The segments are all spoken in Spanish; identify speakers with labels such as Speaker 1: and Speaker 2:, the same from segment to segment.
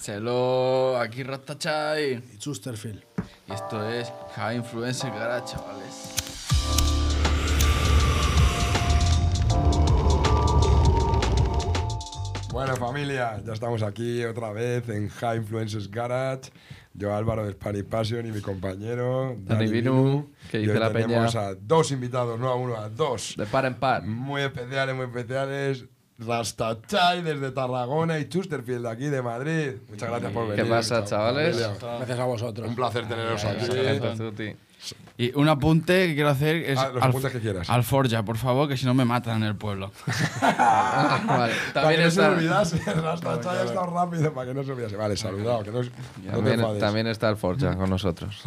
Speaker 1: Celo, aquí Ratachai.
Speaker 2: Y Susterfield.
Speaker 1: Y esto es High Influencer Garage, chavales.
Speaker 3: Bueno, familia, ya estamos aquí otra vez en High Influencers Garage. Yo, Álvaro de Spanish Passion, y mi compañero
Speaker 1: Dani Vinu, que
Speaker 3: Y
Speaker 1: dice
Speaker 3: hoy
Speaker 1: la peña.
Speaker 3: tenemos a dos invitados, no a uno, a dos.
Speaker 1: De par en par.
Speaker 3: Muy especiales, muy especiales. Rastachai desde Tarragona y Chusterfield de aquí de Madrid. Muchas gracias por
Speaker 1: ¿Qué
Speaker 3: venir.
Speaker 1: pasa, chavales?
Speaker 3: familia.
Speaker 2: Gracias a vosotros.
Speaker 3: Un placer teneros aquí.
Speaker 1: Y un apunte que quiero hacer es
Speaker 3: Ah, los apuntes que quieras.
Speaker 1: al Forja, por favor, que si no me matan en el pueblo. vale.
Speaker 3: Para que
Speaker 1: También
Speaker 3: no se
Speaker 1: está,
Speaker 3: olvidase, Rastachai ha estado rápido para que no se olvidase. Vale, saludado, que no, os- no te
Speaker 4: También,
Speaker 3: enfades.
Speaker 4: también está el Forja con nosotros.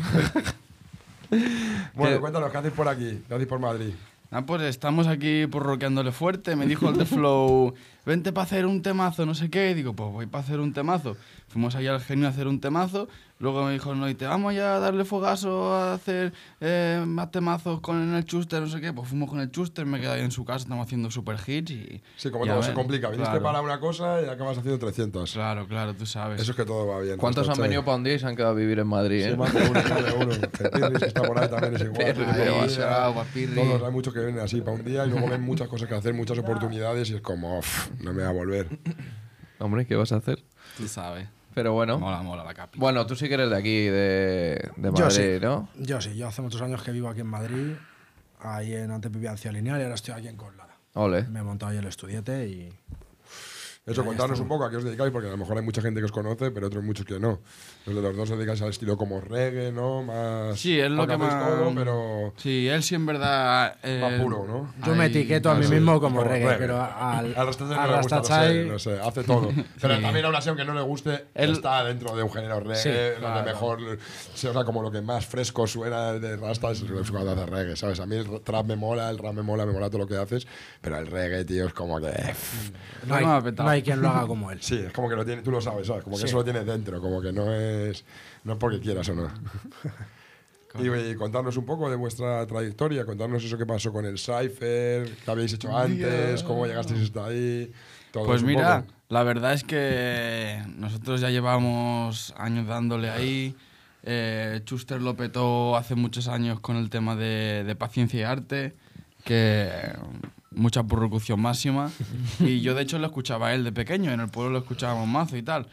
Speaker 3: Bueno,
Speaker 4: que-
Speaker 3: cuéntanos, ¿qué hacéis por aquí? ¿Qué hacéis por Madrid?
Speaker 1: Ah, pues estamos aquí porroqueándole fuerte. Me dijo el de Flow, vente para hacer un temazo, no sé qué. Y digo, pues voy para hacer un temazo. Fuimos allá al genio a hacer un temazo. Luego me dijo, no, y te vamos ya a darle fogazo a hacer eh, más temazos con el Chuster, no sé qué. Pues fuimos con el Chuster, me quedé ahí en su casa, estamos haciendo super hits y.
Speaker 3: Sí, como
Speaker 1: y a
Speaker 3: todo se
Speaker 1: ver,
Speaker 3: complica. Viniste
Speaker 1: claro,
Speaker 3: para una cosa y acabas haciendo 300.
Speaker 1: Claro, claro, tú sabes.
Speaker 3: Eso es que todo va bien.
Speaker 4: ¿Cuántos han
Speaker 3: Rastachai.
Speaker 4: venido para un día y se han quedado a vivir en Madrid?
Speaker 3: Sí,
Speaker 4: eh?
Speaker 3: más de uno, más de uno. El Pirris que está por ahí también es igual.
Speaker 4: Pirris,
Speaker 3: Todo
Speaker 1: ahí,
Speaker 3: el día.
Speaker 1: será, guapirri.
Speaker 3: Todos, hay muchos que vienen así para un día y luego ven muchas cosas que hacer, muchas oportunidades y es como, "Uf, no me va a volver.
Speaker 4: Hombre, ¿qué vas a hacer?
Speaker 1: Tú sabes.
Speaker 4: Pero bueno.
Speaker 1: Mola, mola la capi.
Speaker 4: Bueno, tú sí que eres de aquí, de, de
Speaker 2: Yo sí.
Speaker 4: Madrid, ¿no?
Speaker 2: Yo sí, yo hace muchos años que vivo aquí en Madrid. Ahí en antes vivía en Ciudad Lineal y ahora estoy aquí en Coslada.
Speaker 4: Ole.
Speaker 2: Me he montado ahí el estudiete y.
Speaker 3: Eso, contanos un poco a qué os dedicáis, porque a lo mejor hay mucha gente que os conoce, pero otros muchos que no. Los de los dos os dedicáis al estilo como reggae, ¿no? Más.
Speaker 1: Sí, es lo
Speaker 3: aunque
Speaker 1: que
Speaker 3: hacéis
Speaker 1: más-
Speaker 3: todo, pero.
Speaker 1: Sí, él sí en verdad. eh,
Speaker 3: Más puro, ¿no?
Speaker 2: Yo me
Speaker 1: ahí-
Speaker 2: etiqueto a mí
Speaker 3: sí.
Speaker 2: mismo como
Speaker 3: Como
Speaker 2: reggae,
Speaker 3: reggae.
Speaker 2: pero a- al.
Speaker 3: Al
Speaker 2: al
Speaker 3: Rastachai no le gusta, no sé,
Speaker 2: Rastachai-
Speaker 3: no sé, hace todo. Pero también aún así, aunque no le guste,
Speaker 1: Él-
Speaker 3: está dentro de un género reggae,
Speaker 2: Sí,
Speaker 3: donde
Speaker 2: claro.
Speaker 3: mejor, sí, o sea, como lo que más fresco suena de Rasta es cuando hace reggae, ¿sabes? A mí el trap me mola, el rap me mola, me mola todo lo que haces, pero el reggae, tío, es como que...
Speaker 2: no, hay,
Speaker 1: No me ha petado.
Speaker 2: no hay quien lo haga como él.
Speaker 3: Sí, es como que lo tiene, tú lo sabes, ¿sabes? Como que
Speaker 2: Sí.
Speaker 3: eso lo tienes dentro, como que no es, no es porque quieras o no. Y, y contarnos un poco de vuestra trayectoria, contarnos eso que pasó con el Cypher, qué habéis hecho antes, cómo llegasteis hasta ahí. todo
Speaker 1: Pues
Speaker 3: eso un
Speaker 1: mira,
Speaker 3: poco.
Speaker 1: la verdad es que nosotros ya llevamos años dándole ahí. Eh, Schuster lo petó hace muchos años con el tema de, de paciencia y arte, que mucha persecución máxima. Y yo de hecho lo escuchaba a él de pequeño, en el pueblo lo escuchábamos mazo y tal.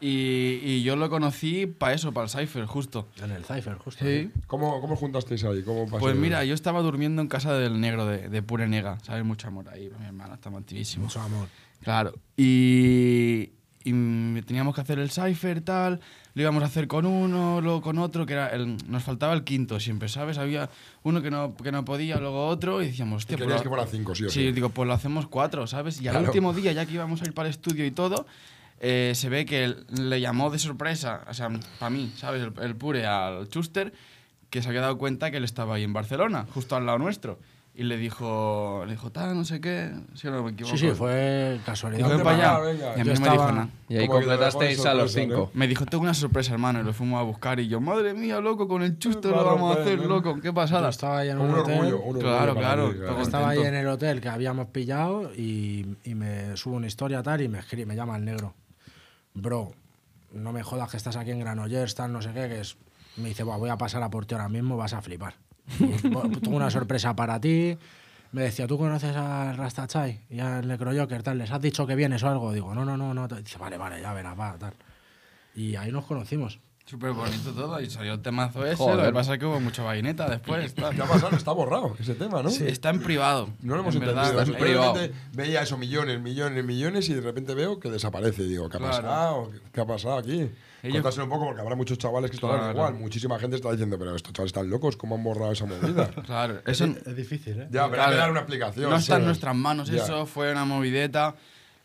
Speaker 1: Y, y yo lo conocí para eso, para el Cypher, justo.
Speaker 2: En el Cypher, justo. ¿eh?
Speaker 1: Sí.
Speaker 3: ¿Cómo, cómo os juntasteis ahí? ¿Cómo pasó?
Speaker 1: Pues mira, yo estaba durmiendo en casa del negro de, de Pure Nega, ¿sabes? Mucho amor ahí, mi hermana, está activísimo.
Speaker 2: Mucho amor.
Speaker 1: Claro. Y, y mm, teníamos que hacer el cipher, tal. Lo íbamos a hacer con uno, luego con otro, que era el- nos faltaba el quinto siempre, ¿sabes? Había uno que no, que no podía, luego otro, y decíamos,
Speaker 3: Y
Speaker 1: hostia, pues
Speaker 3: querías
Speaker 1: lo-
Speaker 3: que fueran cinco, sí o
Speaker 1: Sí,
Speaker 3: sí.
Speaker 1: digo, pues lo hacemos cuatro, ¿sabes? Y al
Speaker 3: Claro.
Speaker 1: último día, ya que íbamos a ir para el estudio y todo, eh, se ve que él- le llamó de sorpresa, o sea, para mí, ¿sabes? El, el pure al Schuster, que se había dado cuenta que él estaba ahí en Barcelona, justo al lado nuestro. Y le dijo, le dijo, tal, no sé qué, si no me equivoco.
Speaker 2: Sí, sí, fue casualidad.
Speaker 1: Dijo, "Ven
Speaker 3: Venga,
Speaker 1: para allá.
Speaker 3: venga.
Speaker 1: Y a mí no
Speaker 2: Yo
Speaker 1: me
Speaker 2: estaba-
Speaker 1: dijo nada.
Speaker 4: Y ahí
Speaker 3: Como que te
Speaker 4: completasteis
Speaker 3: dejó de
Speaker 4: a los
Speaker 3: sorpresa,
Speaker 4: cinco.
Speaker 1: Me dijo, tengo una sorpresa, hermano, y lo fuimos a buscar. Y yo, madre mía, loco, con el chusto lo
Speaker 3: Claro,
Speaker 1: vamos a
Speaker 3: pues,
Speaker 1: hacer,
Speaker 3: ¿no?
Speaker 1: loco, qué
Speaker 2: Yo
Speaker 1: pasada.
Speaker 2: estaba ahí en
Speaker 3: Como
Speaker 2: un,
Speaker 3: un
Speaker 2: hotel.
Speaker 3: orgullo, un orgullo.
Speaker 1: Claro,
Speaker 3: para
Speaker 1: claro,
Speaker 3: mí,
Speaker 1: todo
Speaker 3: Está
Speaker 2: Estaba ahí
Speaker 1: contento.
Speaker 2: en el hotel que habíamos pillado y, y me subo una historia tal y me escribe, me llama el negro. Bro, no me jodas que estás aquí en Granollers, tal, no sé qué, que es... Me dice, "Buah, voy a pasar a por ti ahora mismo, vas a flipar. Bu- Tengo una sorpresa para ti. Me decía, ¿tú conoces al Rastachai y al Necrojoker, tal? ¿Les has dicho que vienes o algo? Digo, no, no, no, no. tal". Dice, vale, vale, ya verás, va, tal. Y ahí nos conocimos.
Speaker 1: Súper bonito todo, y salió el temazo ese.
Speaker 4: Joder.
Speaker 1: Lo que pasa es que hubo mucha vaineta después. tal.
Speaker 3: ¿Qué ha pasado? Está borrado ese tema, ¿no?
Speaker 1: Está en privado.
Speaker 3: No lo hemos
Speaker 1: en verdad.
Speaker 3: entendido.
Speaker 4: está en
Speaker 3: Yo
Speaker 4: privado.
Speaker 3: realmente veía eso millones, millones, millones y de repente veo que desaparece. Y digo, ¿qué ha
Speaker 1: Claro.
Speaker 3: pasado? ¿Qué ha pasado aquí?
Speaker 1: Ellos-
Speaker 3: Contárselo un poco porque habrá muchos chavales que estarán
Speaker 1: Claro.
Speaker 3: igual. Muchísima gente está diciendo, pero estos chavales están locos, ¿cómo han borrado esa movida?
Speaker 1: Claro, eso
Speaker 2: difícil, ¿eh?
Speaker 3: ya, pero hay
Speaker 1: Claro.
Speaker 3: que dar una explicación.
Speaker 1: no está en
Speaker 3: ¿sabes?
Speaker 1: nuestras manos.
Speaker 3: Ya.
Speaker 1: Eso fue una movideta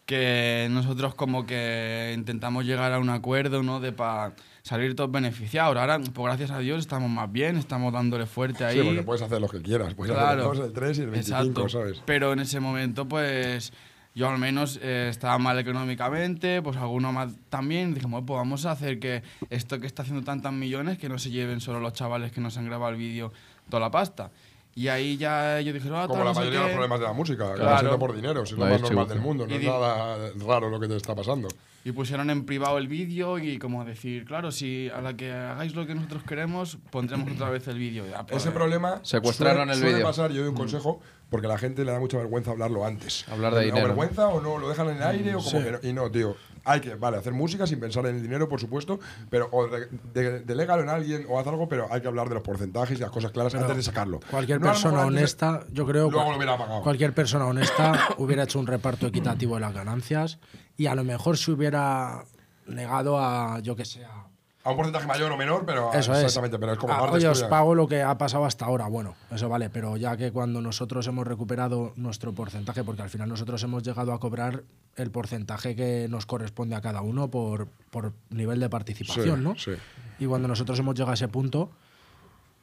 Speaker 1: que nosotros como que intentamos llegar a un acuerdo, ¿no? De para salir todos beneficiados. Ahora, pues gracias a Dios, estamos más bien, estamos dándole fuerte ahí.
Speaker 3: Sí, porque puedes hacer lo que quieras. Puedes hacer el
Speaker 1: Claro.
Speaker 3: 2, Pues el 3 y el 25,
Speaker 1: Exacto.
Speaker 3: ¿sabes?
Speaker 1: Pero en ese momento, pues yo al menos eh, estaba mal económicamente, pues alguno más también. Dijimos, pues vamos a hacer que esto que está haciendo tantas millones, que no se lleven solo los chavales que nos han grabado el vídeo toda la pasta. Y ahí ya ellos dijeron, ah,
Speaker 3: Como
Speaker 1: tal,
Speaker 3: la
Speaker 1: no sé
Speaker 3: mayoría de los
Speaker 1: qué.
Speaker 3: problemas de la música, que
Speaker 1: Claro.
Speaker 3: va siendo por dinero, es lo
Speaker 4: Lo he
Speaker 3: más
Speaker 4: hecho.
Speaker 3: normal del mundo, no
Speaker 1: Y
Speaker 3: es
Speaker 1: di-
Speaker 3: nada raro lo que te está pasando.
Speaker 1: Y pusieron en privado el vídeo y como decir, claro, si a la que hagáis lo que nosotros queremos, pondremos otra vez el vídeo. Ya, pues,
Speaker 3: Ese problema
Speaker 4: Secuestraron
Speaker 3: suele,
Speaker 4: el
Speaker 3: suele
Speaker 4: vídeo.
Speaker 3: pasar, yo doy un consejo, porque a la gente le da mucha vergüenza hablarlo antes.
Speaker 4: Hablar de
Speaker 3: ¿O
Speaker 4: dinero.
Speaker 3: vergüenza o no? ¿Lo dejan en el aire o como
Speaker 2: sí.
Speaker 3: que no? Y no, tío. Hay que, vale, hacer música sin pensar en el dinero, por supuesto, pero o de- de- delégalo en alguien o haz algo, pero hay que hablar de los porcentajes y las cosas claras antes de sacarlo.
Speaker 2: Cualquier
Speaker 3: No, a lo mejor
Speaker 2: persona
Speaker 3: antes de-
Speaker 2: honesta, yo creo
Speaker 3: Luego
Speaker 2: cual-
Speaker 3: lo hubiera pagado.
Speaker 2: cualquier persona honesta hubiera hecho un reparto equitativo de las ganancias y a lo mejor se hubiera negado a, yo que sé, a-
Speaker 3: A un porcentaje mayor o menor, pero
Speaker 2: Eso es.
Speaker 3: exactamente, pero es como
Speaker 2: Ah,
Speaker 3: parte
Speaker 2: oye, os
Speaker 3: tuya.
Speaker 2: pago lo que ha pasado hasta ahora. Bueno, eso vale, pero ya que cuando nosotros hemos recuperado nuestro porcentaje, porque al final nosotros hemos llegado a cobrar el porcentaje que nos corresponde a cada uno por, por nivel de participación,
Speaker 3: Sí,
Speaker 2: ¿no?
Speaker 3: sí.
Speaker 2: Y cuando nosotros hemos llegado a ese punto,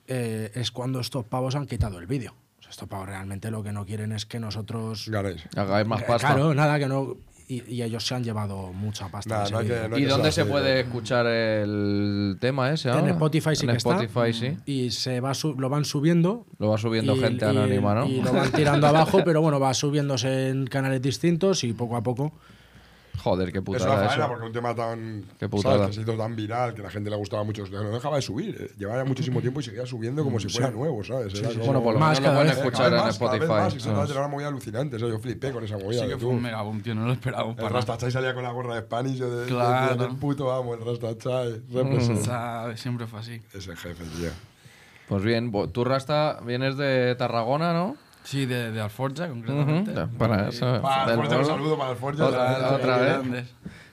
Speaker 2: eh, es cuando estos pavos han quitado el vídeo. O sea, estos pavos realmente lo que no quieren es que nosotros. eh,
Speaker 3: Ganéis.
Speaker 4: Hagáis más pasta.
Speaker 2: Claro, nada, que no. Y, y ellos se han llevado mucha pasta. de
Speaker 3: Nada,
Speaker 2: ese
Speaker 3: no hay
Speaker 2: vídeo.
Speaker 3: que- no hay
Speaker 4: ¿Y
Speaker 3: que
Speaker 4: dónde se
Speaker 3: ser así,
Speaker 4: puede
Speaker 3: tío.
Speaker 4: escuchar el tema ese?
Speaker 2: En
Speaker 4: ahora?
Speaker 2: Spotify sí
Speaker 4: En
Speaker 2: que
Speaker 4: Spotify
Speaker 2: está.
Speaker 4: sí.
Speaker 2: Y se va su- lo van subiendo.
Speaker 4: Lo va subiendo gente anónima, ¿no?
Speaker 2: Y lo van tirando abajo, pero bueno, va subiéndose en canales distintos y poco a poco.
Speaker 4: Joder, qué
Speaker 3: Es una
Speaker 4: putada
Speaker 3: faena
Speaker 4: eso.
Speaker 3: porque un tema tan.
Speaker 4: Qué putada.
Speaker 3: ¿sabes? Que se hizo tan viral, que la gente le gustaba mucho. No dejaba de subir. eh. Llevaba muchísimo tiempo y seguía subiendo como si fuera nuevo, ¿sabes? Era como-
Speaker 4: Bueno, por lo
Speaker 2: Más
Speaker 4: menos lo
Speaker 2: cada
Speaker 4: pueden
Speaker 2: vez.
Speaker 4: escuchar en
Speaker 3: Cada vez más, cada vez más,
Speaker 4: Spotify.
Speaker 3: y se trata de una movida alucinante. o sea, yo flipé con esa movida.
Speaker 1: sí que
Speaker 3: de
Speaker 1: fue
Speaker 3: tú.
Speaker 1: un mega boom, tío, no lo esperábamos
Speaker 3: El
Speaker 1: para nada.
Speaker 3: Rastachai salía con la gorra de Spanish. Yo de,
Speaker 1: Claro.
Speaker 3: de- del puto amo, el Rastachai.
Speaker 4: Mm.
Speaker 1: O
Speaker 3: represent-
Speaker 1: sea, siempre fue así.
Speaker 3: Pues Ese jefe, tío.
Speaker 4: Pues bien, bo- tú Rasta vienes de Tarragona, ¿no?
Speaker 1: Sí, de, de Alforja, concretamente.
Speaker 4: Ujú, Para eso.
Speaker 3: Para
Speaker 4: del
Speaker 3: el Forja, un
Speaker 4: pueblo.
Speaker 3: saludo para el Forja.
Speaker 4: Otra- otra
Speaker 1: Qué
Speaker 4: vez.
Speaker 1: grandes.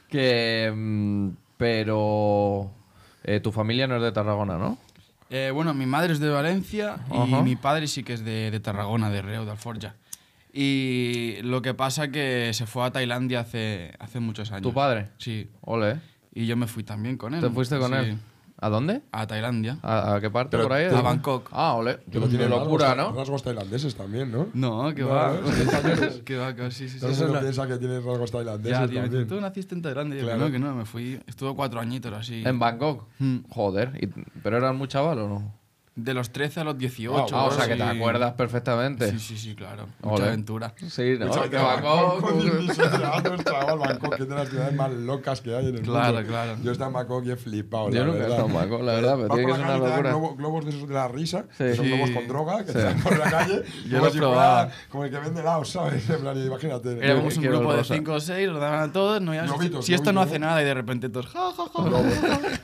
Speaker 4: Que. mm, Pero. eh, tu familia no es de Tarragona, ¿no?
Speaker 1: Eh, bueno, mi madre es de Valencia y
Speaker 4: Ajá.
Speaker 1: mi padre sí que es de, de Tarragona, de Reo, de Alforja. Y lo que pasa que se fue a Tailandia hace, hace muchos años.
Speaker 4: ¿Tu padre?
Speaker 1: Sí.
Speaker 4: Ole.
Speaker 1: Y yo me fui también con él.
Speaker 4: ¿Te fuiste con
Speaker 1: Sí.
Speaker 4: él? Ah. ¿A dónde?
Speaker 1: A Tailandia.
Speaker 4: ¿A, a qué parte
Speaker 3: Pero
Speaker 4: por ahí?
Speaker 1: te- A Bangkok.
Speaker 4: Ah, ole.
Speaker 3: Que lo tiene
Speaker 4: De locura, ¿no?
Speaker 3: Rasgos tailandeses también, ¿no?
Speaker 1: No, que
Speaker 3: No,
Speaker 1: va.
Speaker 3: ¿no?
Speaker 4: pues
Speaker 3: Sí, españoles.
Speaker 1: que va, que va, sí, sí, sí.
Speaker 3: No se lo piensa que tiene rasgos tailandeses.
Speaker 1: Ya, tío, me dice,
Speaker 3: también.
Speaker 1: tú naciste en Tailandia. Y yo, que
Speaker 3: Claro.
Speaker 1: no, que no, me fui. Estuve cuatro añitos así.
Speaker 4: En Bangkok.
Speaker 1: Mm.
Speaker 4: Joder. ¿y- ¿Pero eras muy chaval o no?
Speaker 1: De los 13 a los 18.
Speaker 4: Ah, o sea que te
Speaker 1: así.
Speaker 4: acuerdas perfectamente.
Speaker 1: Sí, sí, sí, claro. Mucha
Speaker 4: Ole.
Speaker 1: aventura.
Speaker 4: Sí, ¿no?
Speaker 3: Chaval,
Speaker 4: Que Bangkok.
Speaker 3: Bangkok, Dios mío, chaval, chaval, Bangkok, que es de las ciudades más locas que hay en el
Speaker 1: Claro,
Speaker 3: mundo.
Speaker 1: claro.
Speaker 3: Yo he estado en Bangkok y he flipado.
Speaker 4: Yo
Speaker 3: la
Speaker 4: nunca he
Speaker 3: verdad.
Speaker 4: estado en Bangkok, la verdad, pero
Speaker 3: Vas
Speaker 4: tiene
Speaker 3: por
Speaker 4: que ser
Speaker 3: la
Speaker 4: una
Speaker 3: calle y te dan
Speaker 4: locura.
Speaker 3: globo- globos de esos de la risa,
Speaker 4: Sí.
Speaker 3: que son
Speaker 1: Sí.
Speaker 3: globos con droga, que
Speaker 4: Sí.
Speaker 3: te dan por la calle.
Speaker 1: Yo
Speaker 3: como
Speaker 1: lo he
Speaker 3: si
Speaker 1: probado.
Speaker 3: fuera- Como el que vende laos, ¿sabes? En plan, imagínate.
Speaker 4: Era-
Speaker 1: Éramos un
Speaker 4: quiero
Speaker 1: grupo
Speaker 4: el
Speaker 1: de
Speaker 4: rosa.
Speaker 1: 5 o 6, lo daban a todos. No, había-
Speaker 3: Globitos,
Speaker 1: si esto no
Speaker 3: globitos,
Speaker 1: hace
Speaker 3: ¿no?
Speaker 1: nada y de repente todos. Ja, ja, ja.
Speaker 3: Globos.